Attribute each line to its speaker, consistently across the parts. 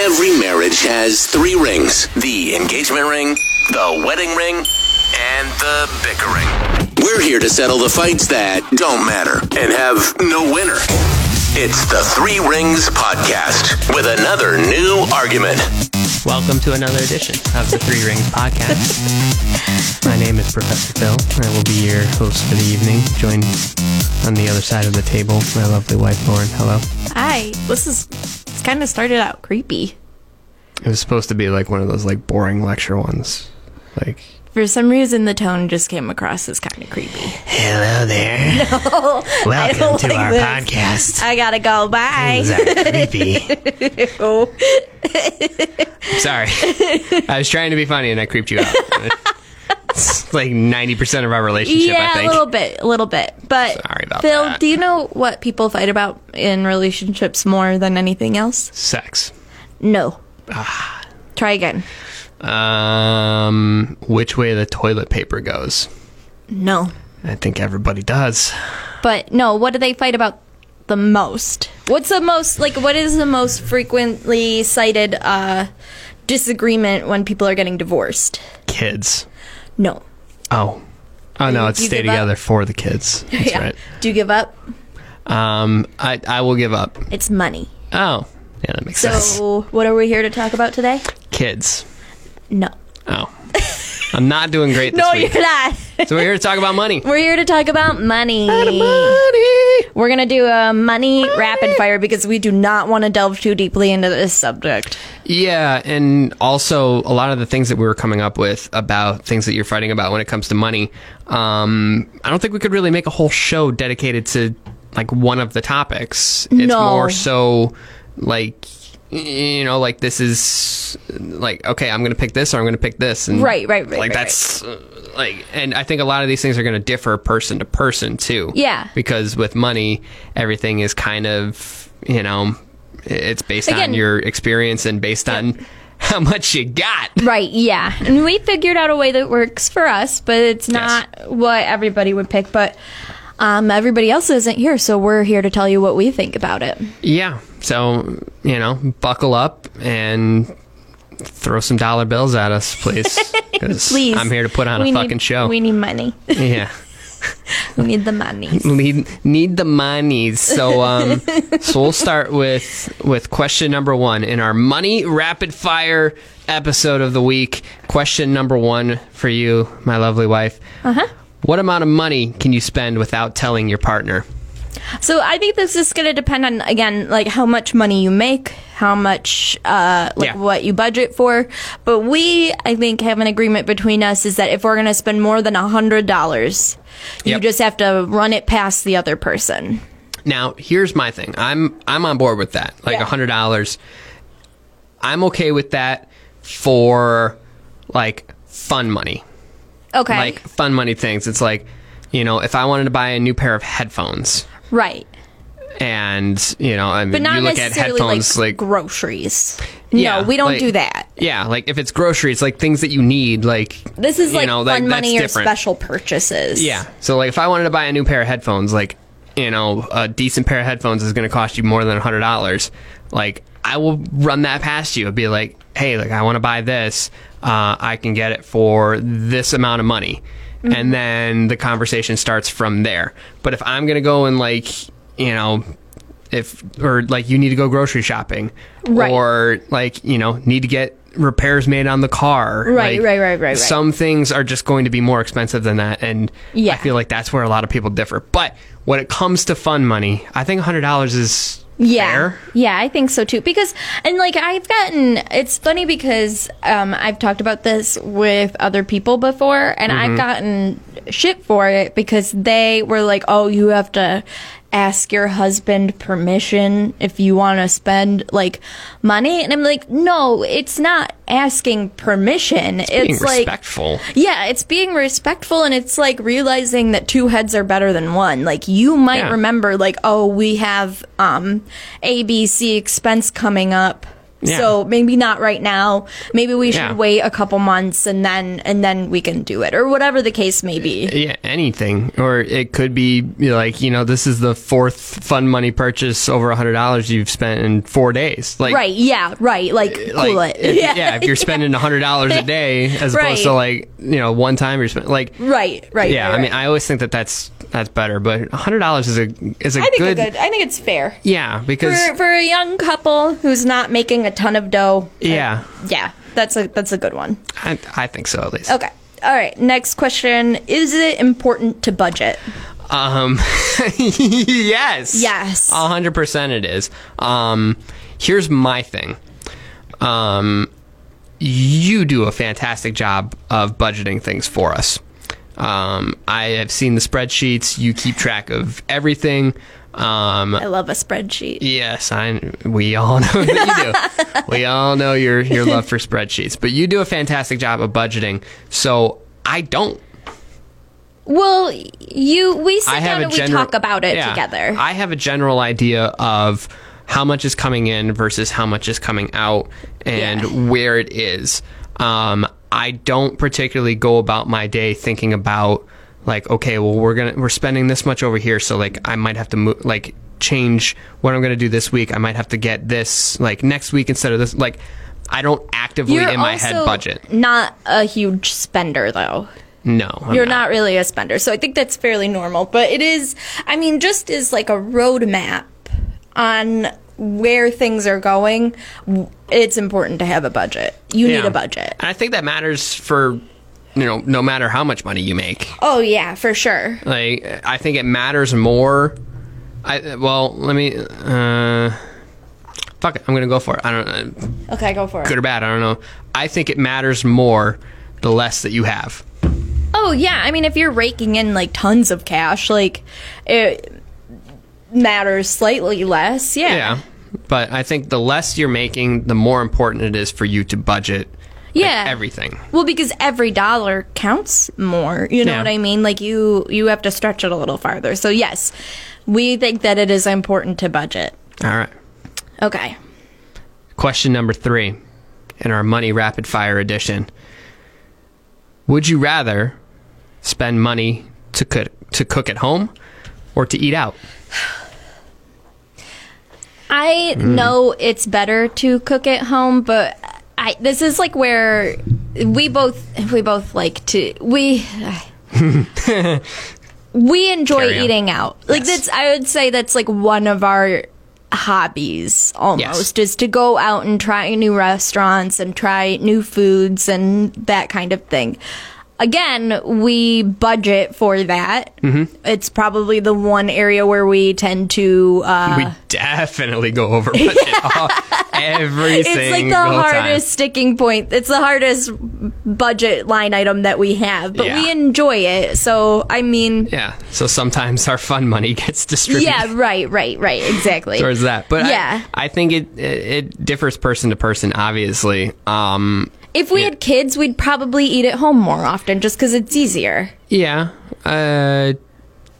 Speaker 1: Every marriage has three rings the engagement ring, the wedding ring, and the bicker ring. We're here to settle the fights that don't matter and have no winner. It's the Three Rings Podcast with another new argument.
Speaker 2: Welcome to another edition of the Three Rings Podcast. My name is Professor Phil. I will be your host for the evening, joined on the other side of the table, my lovely wife Lauren. Hello.
Speaker 3: Hi. This is it's kind of started out creepy.
Speaker 2: It was supposed to be like one of those like boring lecture ones. Like
Speaker 3: For some reason, the tone just came across as kind of creepy.
Speaker 2: Hello there.
Speaker 3: Welcome don't to like our this.
Speaker 2: podcast.
Speaker 3: I gotta go. Bye.
Speaker 2: creepy. Sorry. I was trying to be funny and I creeped you out. It's like ninety percent of our relationship, I
Speaker 3: Yeah, a
Speaker 2: think.
Speaker 3: little bit, a little bit. But
Speaker 2: Sorry about
Speaker 3: Phil,
Speaker 2: that.
Speaker 3: do you know what people fight about in relationships more than anything else?
Speaker 2: Sex.
Speaker 3: No.
Speaker 2: Ah.
Speaker 3: Try again.
Speaker 2: Um which way the toilet paper goes.
Speaker 3: No.
Speaker 2: I think everybody does.
Speaker 3: But no, what do they fight about the most? What's the most like what is the most frequently cited uh disagreement when people are getting divorced?
Speaker 2: Kids.
Speaker 3: No.
Speaker 2: Oh. Oh no, it's
Speaker 3: You
Speaker 2: stay
Speaker 3: give up?
Speaker 2: together for the kids. That's right.
Speaker 3: Do you give up?
Speaker 2: Um I I will give up.
Speaker 3: It's money.
Speaker 2: Oh. Yeah, that makes sense.
Speaker 3: So, what are we here to talk about today?
Speaker 2: Kids.
Speaker 3: No.
Speaker 2: Oh. I'm not doing great this
Speaker 3: No,
Speaker 2: week.
Speaker 3: you're not.
Speaker 2: So we're here to talk about money.
Speaker 3: We're here to talk about money. We're going to do a money, rapid fire because we do not want to delve too deeply into this subject.
Speaker 2: Yeah, and also a lot of the things that we were coming up with about things that you're fighting about when it comes to money. Um, I don't think we could really make a whole show dedicated to like one of the topics. It's
Speaker 3: No.
Speaker 2: more so like you know, like this is like okay, I'm going to pick this or I'm going to pick this, and
Speaker 3: Right, right, right,
Speaker 2: Like
Speaker 3: right,
Speaker 2: that's uh, like, and I think a lot of these things are going to differ person to person too.
Speaker 3: Yeah.
Speaker 2: because with money, everything is kind of you know. It's based on
Speaker 3: Again-
Speaker 2: your experience and based on how much you got.
Speaker 3: Right, yeah. And we figured out a way that works for us, but it's not what everybody would pick. But um, everybody else isn't here, so we're here to tell you what we think about it.
Speaker 2: Yeah. So, you know, buckle up and throw some dollar bills at us, please. 'Cause
Speaker 3: Please.
Speaker 2: I'm here to put on
Speaker 3: We
Speaker 2: a
Speaker 3: need-
Speaker 2: fucking show.
Speaker 3: We need money.
Speaker 2: yeah.
Speaker 3: we need the money.
Speaker 2: Need need the monies. So um so we'll start with with question number 1 in our money rapid fire episode of the week. Question number 1 for you, my lovely wife. Uh-huh. What amount of money can you spend without telling your partner?
Speaker 3: So I think this is going to depend on again, like how much money you make, how much, uh, like
Speaker 2: Yeah.
Speaker 3: what you budget for. But we, I think, have an agreement between us is that if we're going to spend more than a hundred dollars, you
Speaker 2: Yep.
Speaker 3: just have to run it past the other person.
Speaker 2: Now, here's my thing. I'm I'm on board with that. Like
Speaker 3: Yeah.
Speaker 2: hundred dollars. I'm okay with that for like fun money.
Speaker 3: Okay,
Speaker 2: Like fun money things. It's like, you know, if I wanted to buy a new pair of headphones
Speaker 3: right,
Speaker 2: and you know, I mean
Speaker 3: but not
Speaker 2: you look at
Speaker 3: necessarily
Speaker 2: headphones like,
Speaker 3: like, groceries.
Speaker 2: yeah,
Speaker 3: no, we don't
Speaker 2: like-
Speaker 3: do that.
Speaker 2: Yeah, like if it's groceries, like things that you need, like
Speaker 3: This is
Speaker 2: you
Speaker 3: like
Speaker 2: know,
Speaker 3: fun
Speaker 2: like, that's
Speaker 3: money or
Speaker 2: different.
Speaker 3: special purchases.
Speaker 2: Yeah. So like if I wanted to buy a new pair of headphones, like you know, a decent pair of headphones is going to cost you more than hundred dollars. Like I will run that past you. I'd be like, hey, like I want to buy this. Uh, I can get it for this amount of money,
Speaker 3: Mm-hmm.
Speaker 2: and then the conversation starts from there. But if I'm going to go and like you know. If or like you need to go grocery shopping,
Speaker 3: Right.
Speaker 2: or like you know need to get repairs made on the car,
Speaker 3: Right,
Speaker 2: like,
Speaker 3: right, right, right, right.
Speaker 2: Some things are just going to be more expensive than that, and I
Speaker 3: Yeah.
Speaker 2: feel like that's where a lot of people differ. But when it comes to fun money, I think hundred dollars is
Speaker 3: Yeah.
Speaker 2: fair.
Speaker 3: Yeah, I think so too. Because, and like, I've gotten, it's funny because um, I've talked about this with other people before, and
Speaker 2: Mm-hmm.
Speaker 3: I've gotten shit for it because they were like, oh, you have to ask your husband permission if you want to spend like money. And I'm like, no, it's not asking permission. It's,
Speaker 2: Being
Speaker 3: like,
Speaker 2: respectful.
Speaker 3: yeah, it's being respectful and it's like realizing that two heads are better than one. Like you might
Speaker 2: Yeah.
Speaker 3: remember like oh, we have um ABC expense coming up.
Speaker 2: Yeah.
Speaker 3: So maybe not right now. Maybe we should
Speaker 2: Yeah.
Speaker 3: wait a couple months and then and then we can do it or whatever the case may be.
Speaker 2: Yeah, anything. Or it could be you know, like, you know, this is the fourth fun money purchase over a $100 you've spent in four days. Like,
Speaker 3: Right. Yeah. Right. Like,
Speaker 2: like,
Speaker 3: cool it.
Speaker 2: If, yeah. if you're spending a $100 a day as
Speaker 3: Right.
Speaker 2: opposed to like, you know, one time you're spending, like,
Speaker 3: Right. Right.
Speaker 2: yeah,
Speaker 3: right,
Speaker 2: I mean,
Speaker 3: right.
Speaker 2: I always think that that's, that's better, but $100 is a, is a
Speaker 3: I think
Speaker 2: good,
Speaker 3: a good. I think it's fair
Speaker 2: yeah, because,
Speaker 3: for for a young couple who's not making a ton of dough.
Speaker 2: yeah,
Speaker 3: Yeah. That's a that's a good one.
Speaker 2: I, I think so at least.
Speaker 3: Okay. All right. Next question: Is it important to budget?
Speaker 2: Um, yes.
Speaker 3: Yes.
Speaker 2: A hundred percent it is. Um, here's my thing. Um, you do a fantastic job of budgeting things for us. Um, I have seen the spreadsheets. You keep track of everything. Um,
Speaker 3: I love a spreadsheet.
Speaker 2: Yes, I. We all know that you do. we all know your your love for spreadsheets, but you do a fantastic job of budgeting. So I don't.
Speaker 3: Well, you we sit
Speaker 2: I have
Speaker 3: down
Speaker 2: a
Speaker 3: and we
Speaker 2: general.
Speaker 3: talk about it
Speaker 2: yeah.
Speaker 3: together.
Speaker 2: I have a general idea of how much is coming in versus how much is coming out, and
Speaker 3: Yeah.
Speaker 2: where it is. Um, I don't particularly go about my day thinking about like, okay, well, we're gonna we're spending this much over here, so like I might have to move like change what I'm gonna do this week. I might have to get this like next week instead of this. Like, I don't actively in my head budget.
Speaker 3: not a huge spender though.
Speaker 2: No, I'm
Speaker 3: You're not really a spender, so I think that's fairly normal. But it is, I mean, just as like a roadmap on where things are going, w- it's important to have a budget. You need
Speaker 2: Yeah.
Speaker 3: a budget.
Speaker 2: And I think that matters for you know no matter how much money you make.
Speaker 3: Oh yeah, for sure.
Speaker 2: Like I think it matters more. I well let me uh, fuck it. I'm gonna go for it. I don't know,
Speaker 3: Okay, go for it.
Speaker 2: good or bad. I don't know. I think it matters more the less that you have.
Speaker 3: Oh yeah, I mean if you're raking in like tons of cash, like it matters slightly less. Yeah.
Speaker 2: Yeah. But I think the less you're making, the more important it is for you to budget. like,
Speaker 3: Yeah.
Speaker 2: everything.
Speaker 3: Well, because every dollar counts more. You know
Speaker 2: Yeah.
Speaker 3: what I mean? Like you you have to stretch it a little farther. So yes, we think that it is important to budget.
Speaker 2: All right.
Speaker 3: Okay.
Speaker 2: Question number three in our money rapid fire edition. Would you rather spend money to cook, to cook at home or to eat out?
Speaker 3: I know it's better to cook at home, but I this is like where we both we both like to we we enjoy
Speaker 2: Carry on.
Speaker 3: eating out. Like
Speaker 2: Yes.
Speaker 3: that's I would say that's like one of our hobbies almost is to go out and try new restaurants and try new foods and that kind of thing. Again, we budget for that.
Speaker 2: Mm-hmm.
Speaker 3: It's probably the one area where we tend to uh,
Speaker 2: we definitely go over budget all, every
Speaker 3: it's like
Speaker 2: single
Speaker 3: the
Speaker 2: time.
Speaker 3: hardest sticking point. It's the hardest budget line item that we have, but
Speaker 2: Yeah.
Speaker 3: we enjoy it. So I mean,
Speaker 2: Yeah. So sometimes our fun money gets distributed
Speaker 3: yeah, right, right, right, exactly.
Speaker 2: towards that. But I-
Speaker 3: Yeah.
Speaker 2: I, think it, it it differs person to person. Obviously. Um.
Speaker 3: If we had kids, we'd probably eat at home more often, just because it's easier.
Speaker 2: Yeah, uh,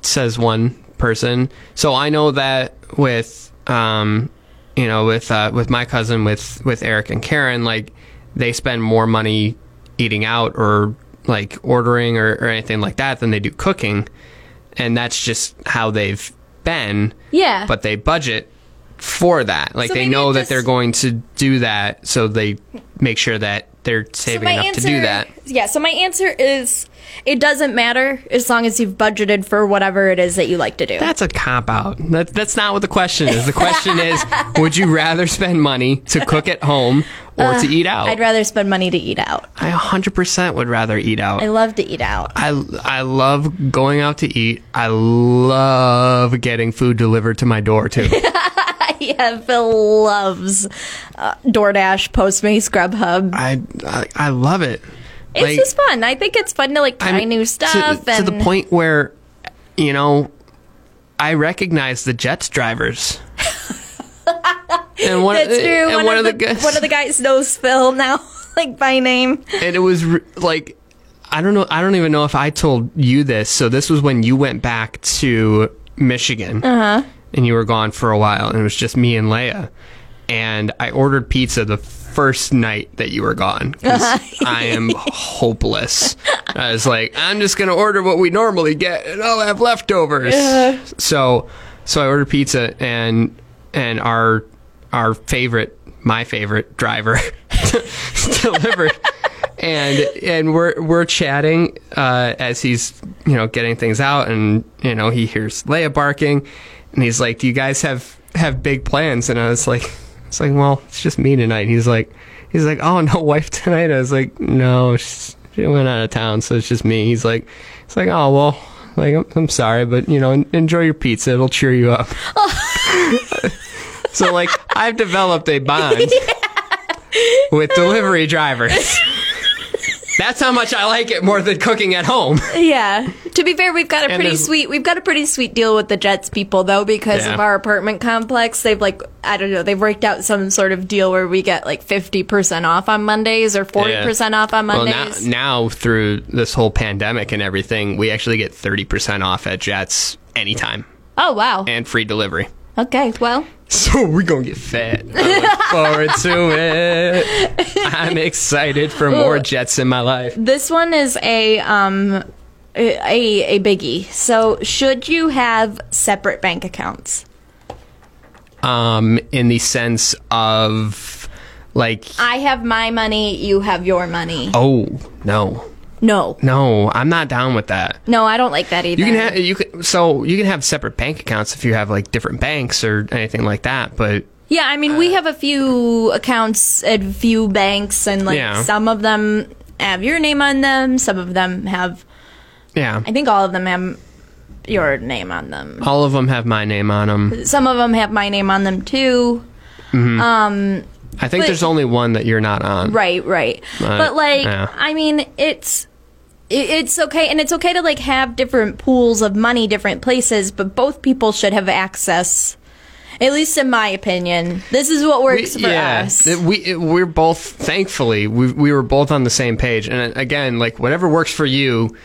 Speaker 2: says one person. So I know that with, um, you know, with uh, with my cousin, with with Eric and Karen, like they spend more money eating out or like ordering or, or anything like that than they do cooking, and that's just how they've been.
Speaker 3: Yeah.
Speaker 2: But they budget for that. Like
Speaker 3: So
Speaker 2: they
Speaker 3: maybe
Speaker 2: know
Speaker 3: it
Speaker 2: that
Speaker 3: just-
Speaker 2: they're going to do that, so they make sure that they're saving enough to do that.
Speaker 3: yeah. So my answer is, it doesn't matter as long as you've budgeted for whatever it is that you like to do.
Speaker 2: That's a cop out. That, that's not what the question is. The question is, would you rather spend money to cook at home or to eat out?
Speaker 3: I'd rather spend money to eat out.
Speaker 2: I 100% would rather eat out.
Speaker 3: I love to eat out.
Speaker 2: I, I love going out to eat. I love getting food delivered to my door too.
Speaker 3: yeah, Phil loves uh, DoorDash, Postmates, Grubhub.
Speaker 2: I, I I love it.
Speaker 3: It's just fun. I think it's fun to like try new stuff
Speaker 2: to,
Speaker 3: and
Speaker 2: to the point where you know I recognize the Jets drivers. and one,
Speaker 3: That's true.
Speaker 2: And one, of the,
Speaker 3: the,
Speaker 2: guys-
Speaker 3: one of the guys knows Phil now, like by name.
Speaker 2: and it was re- like I don't know. I don't even know if I told you this. So this was when you went back to Michigan, and you were gone for a while, and it was just me and Leia. and I ordered pizza the first night that you were gone 'cause I am hopeless. I was like, I'm just gonna order what we normally get, and I'll have leftovers. So, so I ordered pizza, and and our our favorite, my favorite driver delivered. And and we're we're chatting uh, as he's you know getting things out, and you know he hears Leia barking, and he's like, "Do you guys have have big plans?" And I was like, "It's like, well, it's just me tonight." And he's like, "He's like, oh no, wife tonight." I was like, "No, she's, she went out of town, so it's just me." He's like, "It's like, oh well, like I'm, I'm sorry, but you know, en- enjoy your pizza; it'll cheer you up." so like, I've developed a bond with delivery drivers. That's how much I like it more than cooking at home.
Speaker 3: Yeah. To be fair, we've got a
Speaker 2: And
Speaker 3: pretty
Speaker 2: there's-
Speaker 3: sweet we've got a pretty sweet deal with the Jets people though because
Speaker 2: Yeah.
Speaker 3: of our apartment complex. They've like I don't know, they've worked out some sort of deal where we get like 50% off on Mondays or 40% off on
Speaker 2: Well,
Speaker 3: Mondays.
Speaker 2: now, now through this whole pandemic and everything, we actually get 30% off at Jets anytime
Speaker 3: oh wow.
Speaker 2: and free delivery.
Speaker 3: okay. Well,
Speaker 2: So we're going to get fat. I look forward to it. I'm excited for more Jets in my life.
Speaker 3: this one is a um a a biggie. So, should you have separate bank accounts?
Speaker 2: Um, in the sense of like,
Speaker 3: I have my money, you have your money.
Speaker 2: oh, no.
Speaker 3: No.
Speaker 2: No, I'm not down with that.
Speaker 3: No, I don't like that either.
Speaker 2: You can have you can so you can have separate bank accounts if you have like different banks or anything like that, but
Speaker 3: Yeah, I mean, we
Speaker 2: Uh,
Speaker 3: have a few accounts at a few banks, and like
Speaker 2: Yeah.
Speaker 3: some of them have your name on them. Some of them have,
Speaker 2: yeah.
Speaker 3: I think, all of them have your name on them.
Speaker 2: All of them have my name on them.
Speaker 3: Some of them have my name on them too.
Speaker 2: I think
Speaker 3: But-
Speaker 2: there's only one that you're not on.
Speaker 3: Right, right. but like,
Speaker 2: yeah.
Speaker 3: I mean, it's it- it's okay, and it's okay to like have different pools of money, different places, but both people should have access. At least in my opinion, this is what
Speaker 2: We-
Speaker 3: works for
Speaker 2: yeah,
Speaker 3: us.
Speaker 2: It- we it- we're both thankfully we we were both on the same page. And uh, again, like whatever works for you,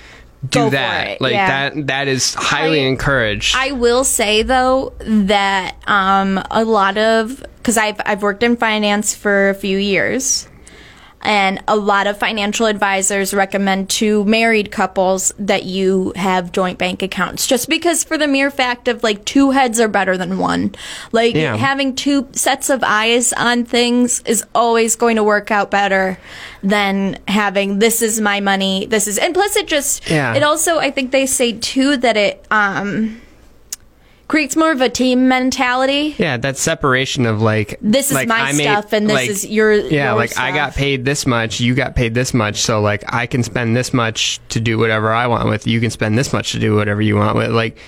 Speaker 2: do
Speaker 3: Go for
Speaker 2: that.
Speaker 3: it,
Speaker 2: like
Speaker 3: yeah.
Speaker 2: that that is highly
Speaker 3: I-
Speaker 2: encouraged.
Speaker 3: I will say though that um, a lot of because I've I've worked in finance for a few years, and a lot of financial advisors recommend to married couples that you have joint bank accounts, just because for the mere fact of like two heads are better than one. Like
Speaker 2: Yeah.
Speaker 3: having two sets of eyes on things is always going to work out better than having this is my money, this is and plus it just
Speaker 2: Yeah.
Speaker 3: it also I think they say too that it um creates more of a team mentality.
Speaker 2: yeah, that separation of like
Speaker 3: This is
Speaker 2: like,
Speaker 3: my
Speaker 2: I made-
Speaker 3: stuff and this
Speaker 2: like,
Speaker 3: is your
Speaker 2: yeah
Speaker 3: your
Speaker 2: like i
Speaker 3: stuff.
Speaker 2: got paid this much you got paid this much so like i can spend this much to do whatever i want with you can spend this much to do whatever you want with like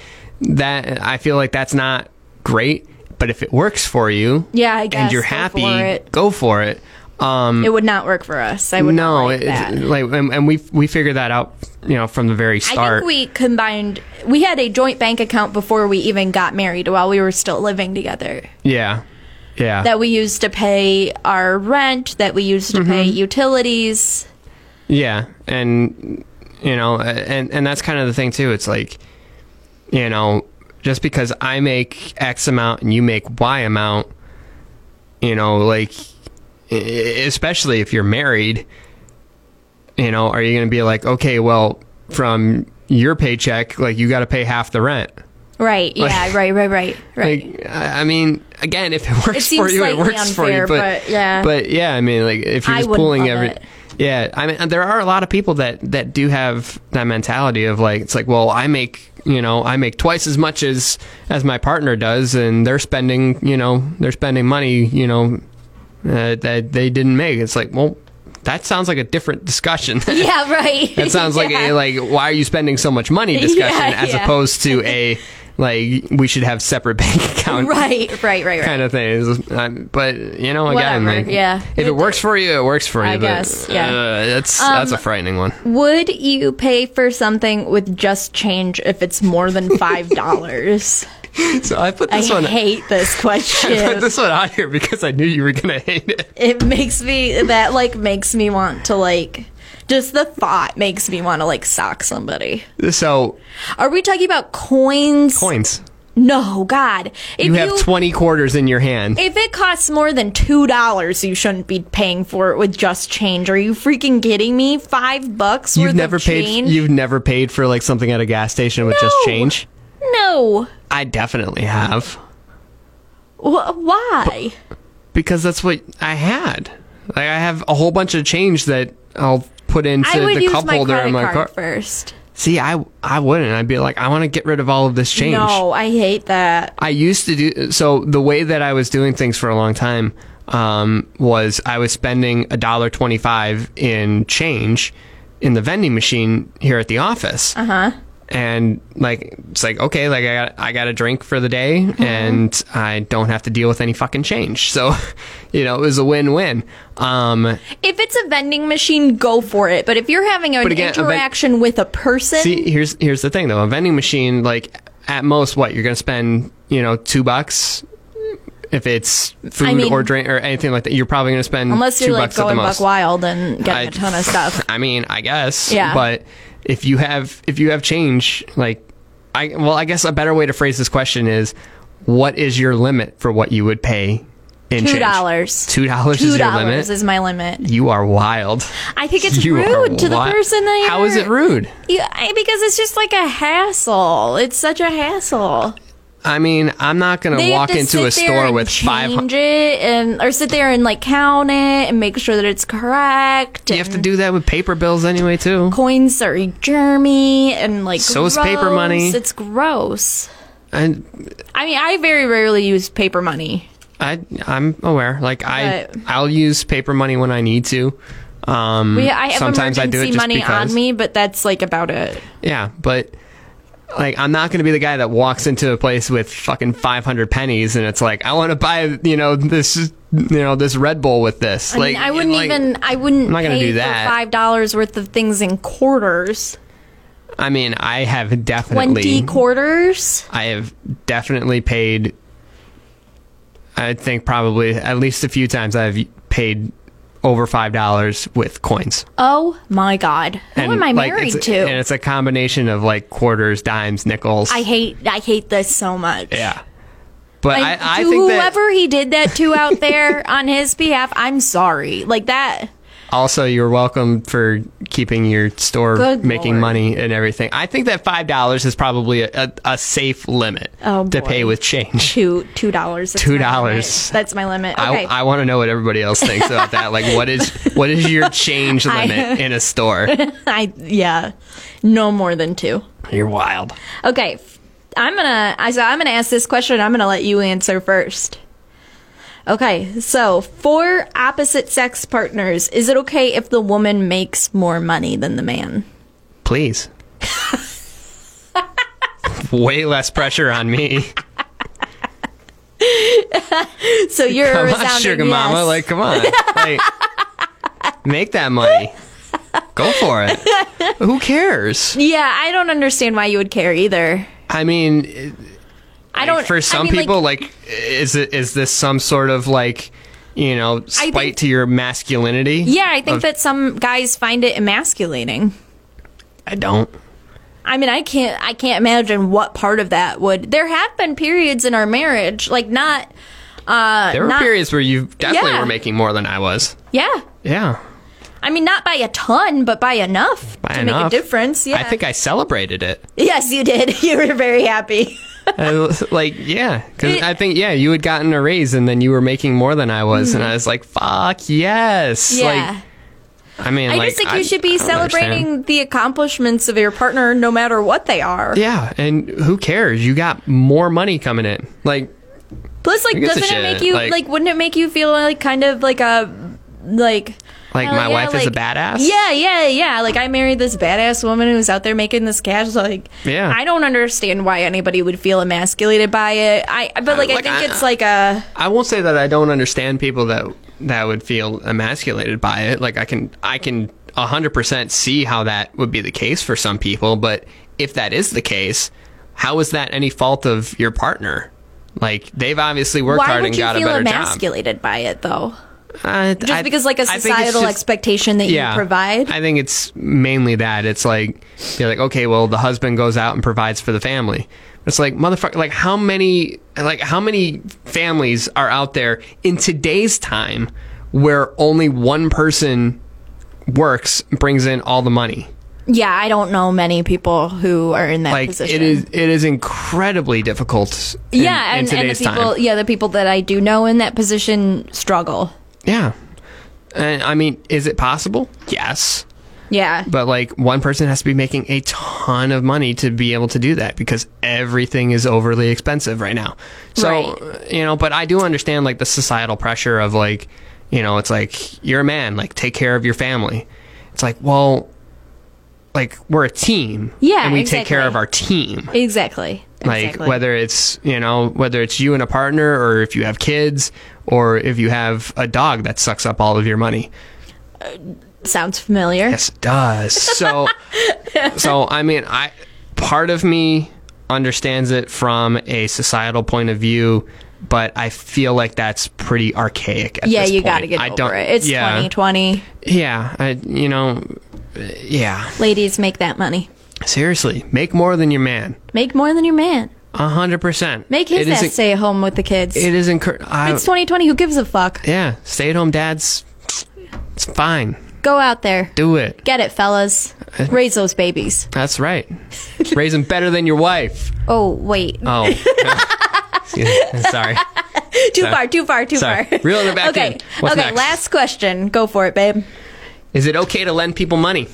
Speaker 2: that i feel like that's not great but if it works for you
Speaker 3: Yeah, I
Speaker 2: and
Speaker 3: guess.
Speaker 2: you're
Speaker 3: Go
Speaker 2: happy
Speaker 3: for it.
Speaker 2: go for it um
Speaker 3: It would not work for us. I would
Speaker 2: no
Speaker 3: not like
Speaker 2: it-
Speaker 3: that.
Speaker 2: like and, and we we figured that out you know from the very
Speaker 3: I
Speaker 2: start
Speaker 3: think we combined. We had a joint bank account before we even got married, while we were still living together.
Speaker 2: yeah yeah
Speaker 3: That we used to pay our rent. That we used to pay
Speaker 2: Mm-hmm.
Speaker 3: utilities.
Speaker 2: Yeah, and you know, and and that's kind of the thing too. It's like, you know, just because I make X amount and you make Y amount, you know, like, e- e- especially if you're married, you know, are you going to be like, okay, well, from your paycheck, like you got to pay half the rent.
Speaker 3: Right. Yeah. right. Right. Right. Right.
Speaker 2: Like, I I mean, again, if it works for
Speaker 3: seems
Speaker 2: you, it
Speaker 3: slightly
Speaker 2: works for you.
Speaker 3: unfair,
Speaker 2: But,
Speaker 3: but yeah.
Speaker 2: but yeah, I mean, like if you're
Speaker 3: I
Speaker 2: just
Speaker 3: wouldn't
Speaker 2: pulling
Speaker 3: love
Speaker 2: every,
Speaker 3: it.
Speaker 2: yeah, I mean, uh, there are a lot of people that that do have that mentality of like, it's like, well, I make you know, I make twice as much as as my partner does, and they're spending, you know, they're spending money, you know, uh, that they didn't make. It's like, well, that sounds like a different discussion.
Speaker 3: yeah. Right.
Speaker 2: That sounds like
Speaker 3: Yeah.
Speaker 2: a like why are you spending so much money discussion
Speaker 3: Yeah,
Speaker 2: as
Speaker 3: yeah.
Speaker 2: opposed to a like we should have separate bank account
Speaker 3: Right. Right. Right. Right.
Speaker 2: kind of thing. It's just- I'm- But you know, again,
Speaker 3: Whatever,
Speaker 2: like,
Speaker 3: yeah.
Speaker 2: if it works for you, it works for you.
Speaker 3: I
Speaker 2: but,
Speaker 3: guess, yeah. Um,
Speaker 2: uh, that's that's a frightening one.
Speaker 3: Would you pay for something with just change if it's more than five dollars?
Speaker 2: So I put
Speaker 3: I
Speaker 2: this one.
Speaker 3: hate this
Speaker 2: I put
Speaker 3: question.
Speaker 2: this one out here because I knew you were gonna hate it.
Speaker 3: it makes me that like makes me want to like just the thought makes me want to like sock somebody.
Speaker 2: So
Speaker 3: Are we talking about coins?
Speaker 2: coins.
Speaker 3: No, God. If
Speaker 2: You have 20 quarters in your hand.
Speaker 3: if it costs more than two dollars, you shouldn't be paying for it with just change. Are you freaking kidding me? Five bucks
Speaker 2: You've
Speaker 3: worth
Speaker 2: never
Speaker 3: of
Speaker 2: paid.
Speaker 3: change?
Speaker 2: You've never paid for like something at a gas station with just
Speaker 3: No.
Speaker 2: change.
Speaker 3: no.
Speaker 2: I definitely have
Speaker 3: Wh- why?
Speaker 2: because that's what I had. Like I have a whole bunch of change that I'll put into
Speaker 3: I would
Speaker 2: the
Speaker 3: use
Speaker 2: cup
Speaker 3: my
Speaker 2: holder
Speaker 3: credit
Speaker 2: on my car.
Speaker 3: card first.
Speaker 2: See, I I wouldn't. I'd be like, I want to get rid of all of this change.
Speaker 3: No, I hate that.
Speaker 2: I used to do so. The way that I was doing things for a long time um, was I was spending a dollar twenty-five in change in the vending machine here at the office. Uh huh. And like it's like okay, like I got I got a drink for the day, and I don't have to deal with any fucking change. So, you know, it was a win-win. Um,
Speaker 3: If it's a vending machine, go for it. But if you're having an
Speaker 2: But again, a ven-
Speaker 3: interaction with a person,
Speaker 2: See, here's here's the thing though. A vending machine, like at most, what you're gonna spend, you know, two bucks. If it's food
Speaker 3: mean-
Speaker 2: or drink or anything like that, you're probably gonna spend
Speaker 3: unless
Speaker 2: two
Speaker 3: you're like
Speaker 2: bucks at
Speaker 3: going
Speaker 2: the
Speaker 3: buck
Speaker 2: most.
Speaker 3: wild and getting
Speaker 2: I-
Speaker 3: a ton of stuff.
Speaker 2: I mean, I guess.
Speaker 3: Yeah.
Speaker 2: But if you have if you have change, like, I well, I guess a better way to phrase this question is, what is your limit for what you would pay in
Speaker 3: Two
Speaker 2: change?
Speaker 3: dollars.
Speaker 2: Two dollars
Speaker 3: Two
Speaker 2: is your
Speaker 3: dollars
Speaker 2: limit.
Speaker 3: is my limit.
Speaker 2: you are wild.
Speaker 3: I think it's
Speaker 2: You are
Speaker 3: rude to the
Speaker 2: wi-
Speaker 3: person that you're.
Speaker 2: How is it rude?
Speaker 3: Yeah, I- because it's just like a hassle. It's such a hassle.
Speaker 2: I mean, I'm not gonna
Speaker 3: They have
Speaker 2: walk
Speaker 3: to
Speaker 2: into
Speaker 3: sit
Speaker 2: a
Speaker 3: there
Speaker 2: store
Speaker 3: and
Speaker 2: with five.
Speaker 3: change it and or sit there and like count it and make sure that it's correct.
Speaker 2: You have to do that with paper bills anyway, too.
Speaker 3: coins are germy and like
Speaker 2: So is
Speaker 3: gross.
Speaker 2: paper money.
Speaker 3: It's gross.
Speaker 2: And
Speaker 3: I mean, I very rarely use paper money.
Speaker 2: I, I'm aware. Like I,
Speaker 3: But-
Speaker 2: I'll use paper money when I need to. Um,
Speaker 3: Yeah, I have
Speaker 2: sometimes I
Speaker 3: emergency
Speaker 2: do it just
Speaker 3: money
Speaker 2: because.
Speaker 3: on me, but that's like about it.
Speaker 2: Yeah, but like I'm not going to be the guy that walks into a place with fucking 500 pennies and it's like I want to buy, you know, this, you know, this Red Bull with this.
Speaker 3: I
Speaker 2: like
Speaker 3: mean, I wouldn't
Speaker 2: like,
Speaker 3: even. I wouldn't.
Speaker 2: not gonna
Speaker 3: pay
Speaker 2: do
Speaker 3: for
Speaker 2: that.
Speaker 3: Five dollars worth of things in quarters.
Speaker 2: I mean, I have definitely
Speaker 3: Twenty quarters.
Speaker 2: I have definitely paid. I think probably at least a few times I've paid over five dollars with coins.
Speaker 3: Oh my god. Who Oh, am I
Speaker 2: like,
Speaker 3: married
Speaker 2: it's-
Speaker 3: to?
Speaker 2: And it's a combination of like quarters, dimes, nickels.
Speaker 3: I hate I hate this so much.
Speaker 2: yeah, but
Speaker 3: Like,
Speaker 2: I, I
Speaker 3: to
Speaker 2: think that
Speaker 3: whoever he did that to out there on his behalf, I'm sorry. Like that.
Speaker 2: also you're welcome for keeping your store
Speaker 3: Good
Speaker 2: making
Speaker 3: lord.
Speaker 2: money and everything. I think that five dollars is probably a, a, a safe limit
Speaker 3: Oh,
Speaker 2: to
Speaker 3: boy.
Speaker 2: pay with change.
Speaker 3: Two two dollars. That's
Speaker 2: Two
Speaker 3: my limit.
Speaker 2: dollars.
Speaker 3: That's my limit. Okay.
Speaker 2: I, I want to know what everybody else thinks about that. Like, what is what is your change limit in a store?
Speaker 3: I yeah, no more than two.
Speaker 2: You're wild.
Speaker 3: Okay, f- I'm gonna I so I'm gonna ask this question. I'm gonna let you answer first. Okay, so for opposite sex partners, is it okay if the woman makes more money than the man?
Speaker 2: Please. Way less pressure on me.
Speaker 3: So you're a
Speaker 2: Come on,
Speaker 3: resounding
Speaker 2: sugar
Speaker 3: yes.
Speaker 2: mama. Like, come on. Like, make that money. Go for it. Who cares?
Speaker 3: yeah, I don't understand why you would care either.
Speaker 2: I mean,
Speaker 3: I don't.
Speaker 2: for some
Speaker 3: I mean, like,
Speaker 2: people, like, is it is this some sort of like, you know, spite
Speaker 3: think-
Speaker 2: to your masculinity?
Speaker 3: yeah, I think that some guys find it emasculating.
Speaker 2: I don't.
Speaker 3: I mean, I can't I can't imagine what part of that would. There have been periods in our marriage, like not uh
Speaker 2: There were
Speaker 3: not,
Speaker 2: periods where you definitely
Speaker 3: Yeah.
Speaker 2: were making more than I was.
Speaker 3: Yeah.
Speaker 2: Yeah.
Speaker 3: I mean, not by a ton, but by enough
Speaker 2: By
Speaker 3: to
Speaker 2: enough.
Speaker 3: make a difference. Yeah.
Speaker 2: I think I celebrated it.
Speaker 3: yes, you did. You were very happy.
Speaker 2: I was like, yeah, because
Speaker 3: It-
Speaker 2: I think yeah, you had gotten a raise and then you were making more than I was, and I was like, fuck yes,
Speaker 3: Mm-hmm. Yeah.
Speaker 2: Like, I mean,
Speaker 3: I
Speaker 2: like,
Speaker 3: just think you
Speaker 2: I
Speaker 3: should be
Speaker 2: don't understand.
Speaker 3: celebrating the accomplishments of your partner, no matter what they are.
Speaker 2: Yeah, and who cares? You got more money coming in. Like,
Speaker 3: Plus, like,
Speaker 2: Who gives a
Speaker 3: doesn't it
Speaker 2: shit?
Speaker 3: make you
Speaker 2: Like-
Speaker 3: like, Wouldn't it make you feel like kind of like a like?
Speaker 2: like
Speaker 3: hell
Speaker 2: my
Speaker 3: yeah,
Speaker 2: wife is a
Speaker 3: like-
Speaker 2: badass.
Speaker 3: Yeah, yeah, yeah. Like I married this badass woman who's out there making this cash. Like,
Speaker 2: Yeah.
Speaker 3: I don't understand why anybody would feel emasculated by it. I, but like, I,
Speaker 2: like,
Speaker 3: think
Speaker 2: I-
Speaker 3: it's like a
Speaker 2: I won't say that I don't understand people that that would feel emasculated by it. Like, I can I can hundred percent see how that would be the case for some people, but if that is the case, how is that any fault of your partner? Like, they've obviously worked
Speaker 3: why
Speaker 2: hard
Speaker 3: would
Speaker 2: and
Speaker 3: you
Speaker 2: got a
Speaker 3: feel
Speaker 2: better job.
Speaker 3: emasculated by it though?
Speaker 2: Uh,
Speaker 3: Just
Speaker 2: I-
Speaker 3: because like a
Speaker 2: I think it's
Speaker 3: societal
Speaker 2: just-
Speaker 3: expectation that you provide.
Speaker 2: I think it's mainly that. It's like you're like, okay, well, the husband goes out and provides for the family. It's like motherfucker, like how many, like how many families are out there in today's time where only one person works, brings in all the money.
Speaker 3: yeah, I don't know many people who are in that
Speaker 2: Like
Speaker 3: position.
Speaker 2: it is, it is incredibly difficult. In,
Speaker 3: yeah,
Speaker 2: in
Speaker 3: and, and the
Speaker 2: today's
Speaker 3: people,
Speaker 2: time.
Speaker 3: yeah, the people that I do know in that position struggle.
Speaker 2: Yeah, and I mean, is it possible? Yes.
Speaker 3: Yeah,
Speaker 2: But like one person has to be making a ton of money to be able to do that because everything is overly expensive right now. So, uh,
Speaker 3: Right.
Speaker 2: you know, but I do understand like the societal pressure of like, you know, it's like you're a man, like take care of your family. It's like, well, like we're a team.
Speaker 3: Yeah,
Speaker 2: And we take care
Speaker 3: exactly.
Speaker 2: of our team
Speaker 3: exactly.
Speaker 2: like
Speaker 3: exactly.
Speaker 2: whether it's you know whether it's you and a partner or if you have kids or if you have a dog that sucks up all of your money
Speaker 3: sounds familiar.
Speaker 2: Yes, it does. So, so I mean, I part of me understands it from a societal point of view, but I feel like that's pretty archaic. At
Speaker 3: yeah,
Speaker 2: this
Speaker 3: you
Speaker 2: got
Speaker 3: got to get over it. It's
Speaker 2: yeah,
Speaker 3: 2020.
Speaker 2: Yeah, I, you know, yeah.
Speaker 3: Ladies, make that money.
Speaker 2: Seriously, make more than your man.
Speaker 3: Make more than your man.
Speaker 2: A hundred percent.
Speaker 3: Make his
Speaker 2: It is
Speaker 3: ass
Speaker 2: en-
Speaker 3: stay at home with the kids.
Speaker 2: It is encouraged.
Speaker 3: it's 2020. Who gives a fuck?
Speaker 2: Yeah, stay-at-home dads. It's fine.
Speaker 3: Go out there.
Speaker 2: Do it.
Speaker 3: Get it, fellas. Raise those babies.
Speaker 2: That's right. Raise them better than your wife.
Speaker 3: Oh, wait.
Speaker 2: Oh, Excuse me. sorry.
Speaker 3: too far, too far, too
Speaker 2: Sorry.
Speaker 3: far.
Speaker 2: Reeling it back
Speaker 3: okay.
Speaker 2: in. What's
Speaker 3: okay,
Speaker 2: next?
Speaker 3: last question. Go for it, babe.
Speaker 2: Is it okay to lend people money?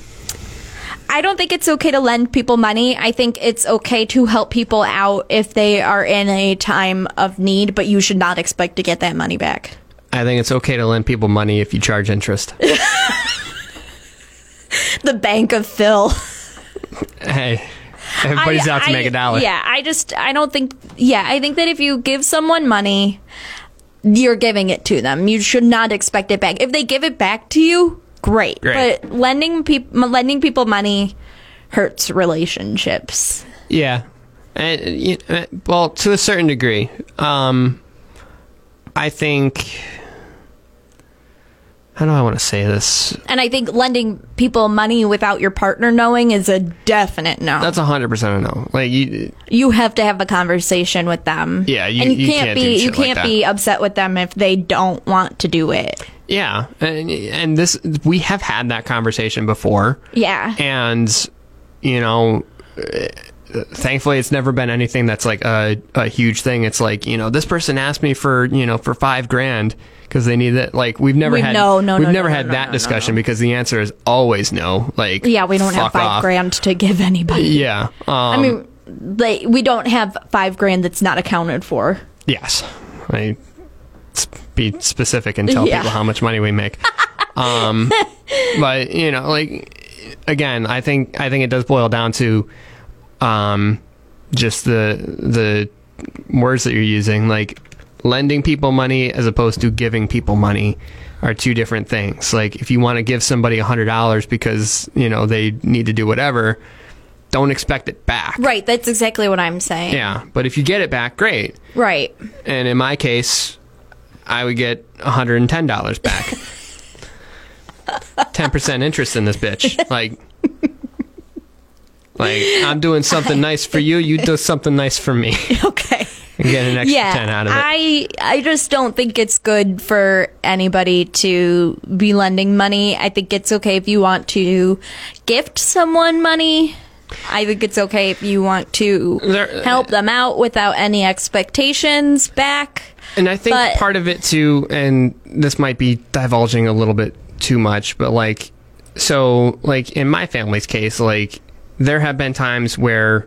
Speaker 3: I don't think it's okay to lend people money. I think it's okay to help people out if they are in a time of need, but you should not expect to get that money back.
Speaker 2: I think it's okay to lend people money if you charge interest.
Speaker 3: The bank of Phil.
Speaker 2: hey, everybody's
Speaker 3: I-
Speaker 2: out to
Speaker 3: I-
Speaker 2: make a dollar.
Speaker 3: Yeah, I just I don't think yeah, I think that if you give someone money, you're giving it to them. You should not expect it back. If they give it back to you, great.
Speaker 2: Great.
Speaker 3: But lending people lending people money hurts relationships.
Speaker 2: Yeah. And, uh, you- uh, well, to a certain degree, um, I think. How do I want to say this?
Speaker 3: And I think lending people money without your partner knowing is a definite no.
Speaker 2: That's hundred percent a no. Like you,
Speaker 3: you have to have a conversation with them.
Speaker 2: Yeah, you-
Speaker 3: and
Speaker 2: you can't do
Speaker 3: be you
Speaker 2: shit like
Speaker 3: can't
Speaker 2: that.
Speaker 3: be upset with them if they don't want to do it.
Speaker 2: yeah, and, and this we have had that conversation before.
Speaker 3: Yeah.
Speaker 2: and you know uh, thankfully it's never been anything that's like a, a huge thing it's like you know this person asked me for you know for five grand because they need it like we've never
Speaker 3: We-
Speaker 2: had
Speaker 3: no, no,
Speaker 2: we've
Speaker 3: no,
Speaker 2: never
Speaker 3: no,
Speaker 2: had
Speaker 3: no,
Speaker 2: that
Speaker 3: no, no,
Speaker 2: discussion because the answer is always no like
Speaker 3: yeah, we don't have
Speaker 2: fuck
Speaker 3: five
Speaker 2: off.
Speaker 3: grand to give anybody.
Speaker 2: yeah um,
Speaker 3: I mean, like we don't have five grand that's not accounted for.
Speaker 2: yes i sp- be specific and tell
Speaker 3: Yeah.
Speaker 2: people how much money we make um but you know like again i think i think it does boil down to um, just the the words that you're using, like lending people money as opposed to giving people money, are two different things. Like if you want to give somebody hundred dollars because you know they need to do whatever, don't expect it back.
Speaker 3: Right, that's exactly what I'm saying.
Speaker 2: Yeah, but if you get it back, great.
Speaker 3: Right.
Speaker 2: And in my case, I would get hundred and ten dollars back. Ten percent interest in this bitch. Like like I'm doing something nice for you, you do something nice for me.
Speaker 3: Okay.
Speaker 2: And get an extra
Speaker 3: Yeah.
Speaker 2: ten out of it.
Speaker 3: I I just don't think it's good for anybody to be lending money. I think it's okay if you want to gift someone money. I think it's okay if you want to
Speaker 2: There-
Speaker 3: help them out without any expectations back.
Speaker 2: and I think
Speaker 3: but-
Speaker 2: part of it too, and this might be divulging a little bit too much, but like so like in my family's case, like there have been times where,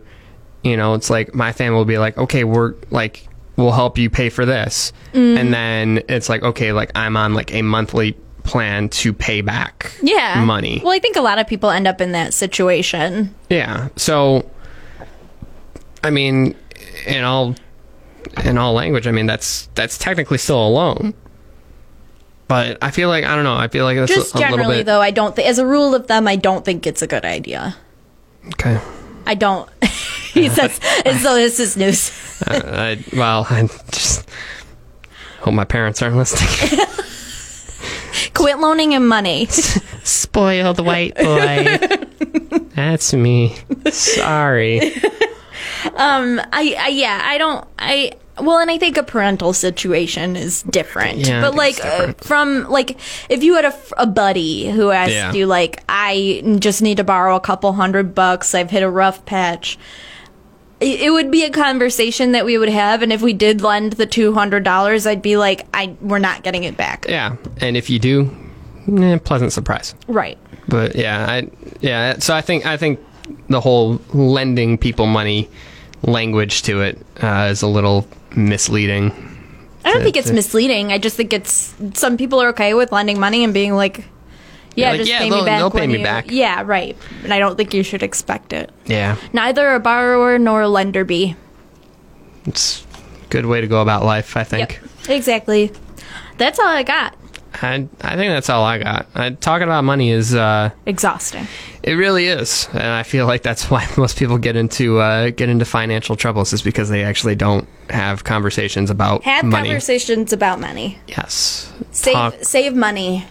Speaker 2: you know, it's like my family will be like, Okay, we're like we'll help you pay for this
Speaker 3: Mm-hmm.
Speaker 2: and then it's like, okay, like I'm on like a monthly plan to pay back
Speaker 3: Yeah.
Speaker 2: money.
Speaker 3: Well, I think a lot of people end up in that situation.
Speaker 2: Yeah. So, I mean, in all in all language, I mean that's that's technically still a loan. But I feel like I don't know. I feel like that's
Speaker 3: Just
Speaker 2: a, little
Speaker 3: generally,
Speaker 2: bit
Speaker 3: though, I don't. Th- as a rule of thumb, I don't think it's a good idea.
Speaker 2: okay.
Speaker 3: I don't. he says, and so this is news.
Speaker 2: Uh, I, well, I just hope my parents aren't listening.
Speaker 3: Quit loaning him money.
Speaker 2: Spoiled white boy. That's me. Sorry.
Speaker 3: I, I yeah, I don't I well, and I think a parental situation is different.
Speaker 2: Yeah, I
Speaker 3: but
Speaker 2: think
Speaker 3: like
Speaker 2: it's
Speaker 3: uh,
Speaker 2: different.
Speaker 3: from like if you had a, f- a buddy who asked
Speaker 2: Yeah.
Speaker 3: you like I just need to borrow a couple hundred bucks, I've hit a rough patch. i- It would be a conversation that we would have, and if we did lend the two hundred dollars, I'd be like, "I we're not getting it back."
Speaker 2: Yeah, and if you do, eh, pleasant surprise.
Speaker 3: Right?
Speaker 2: But yeah, I yeah. So I think I think the whole lending people money language to it uh, is a little misleading.
Speaker 3: I don't think it's
Speaker 2: th-
Speaker 3: misleading. I just think it's some people are okay with lending money and being like, "Yeah,
Speaker 2: like,
Speaker 3: just
Speaker 2: yeah,
Speaker 3: pay
Speaker 2: they'll-
Speaker 3: me back."
Speaker 2: they'll pay
Speaker 3: when
Speaker 2: me
Speaker 3: you-"
Speaker 2: back.
Speaker 3: Yeah, right. And I don't think you should expect it.
Speaker 2: Yeah,
Speaker 3: Neither a borrower nor a lender be.
Speaker 2: it's a good way to go about life. I think.
Speaker 3: Exactly. That's all I got.
Speaker 2: I I think that's all I got. I, talking about money is. Uh,
Speaker 3: Exhausting.
Speaker 2: It really is, and I feel like that's why most people get into uh, get into financial troubles is because they actually don't have conversations about
Speaker 3: Have
Speaker 2: money.
Speaker 3: conversations about money.
Speaker 2: yes.
Speaker 3: Save
Speaker 2: Talk-
Speaker 3: save money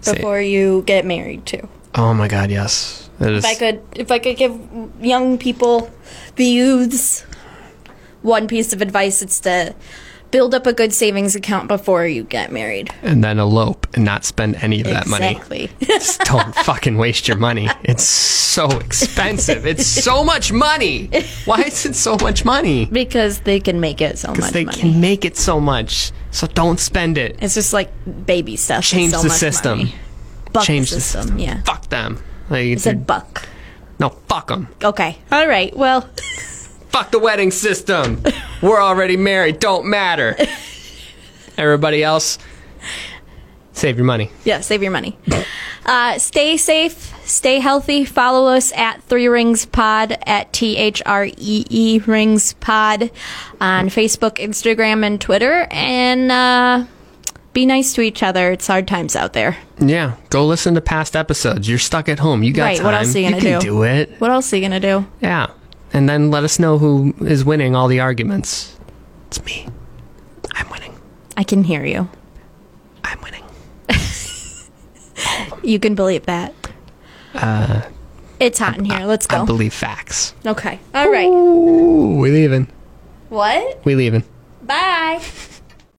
Speaker 2: Save-
Speaker 3: before you get married too.
Speaker 2: Oh my God! Yes. It is.
Speaker 3: If I could if I could give young people, the youths one piece of advice it's to build up a good savings account before you get married.
Speaker 2: and then elope and not spend any of that money.
Speaker 3: Exactly.
Speaker 2: Just don't fucking waste your money. It's so expensive. It's so much money. Why is it so much money?
Speaker 3: because they can make it so much
Speaker 2: They
Speaker 3: money.
Speaker 2: can make it so much, so don't spend it.
Speaker 3: it's just like baby stuff. It's
Speaker 2: Change
Speaker 3: so
Speaker 2: the
Speaker 3: much
Speaker 2: system.
Speaker 3: money. Buck
Speaker 2: Change
Speaker 3: the
Speaker 2: the Mm.
Speaker 3: system. Yeah.
Speaker 2: Fuck them. Like,
Speaker 3: It said buck.
Speaker 2: no, fuck them.
Speaker 3: Okay. All right. Well,
Speaker 2: Fuck the wedding system. We're already married. Don't matter. Everybody else, save your money.
Speaker 3: yeah, save your money. Uh, stay safe, stay healthy. Follow us at Three Rings Pod, at T H R E E Rings Pod on Facebook, Instagram, and Twitter. And uh, be nice to each other. It's hard times out there.
Speaker 2: Yeah, go listen to past episodes. You're stuck at home. You got
Speaker 3: Right,
Speaker 2: time.
Speaker 3: what else are you gonna
Speaker 2: can
Speaker 3: do?
Speaker 2: do it.
Speaker 3: What else are you going to do?
Speaker 2: Yeah, and then let us know who is winning all the arguments. It's me. I'm winning.
Speaker 3: I can hear you.
Speaker 2: I'm winning.
Speaker 3: You can believe that. Uh, it's hot in here. Let's
Speaker 2: I
Speaker 3: go.
Speaker 2: believe facts.
Speaker 3: okay. All right.
Speaker 2: Ooh, we leaving.
Speaker 3: What?
Speaker 2: We leaving.
Speaker 3: Bye.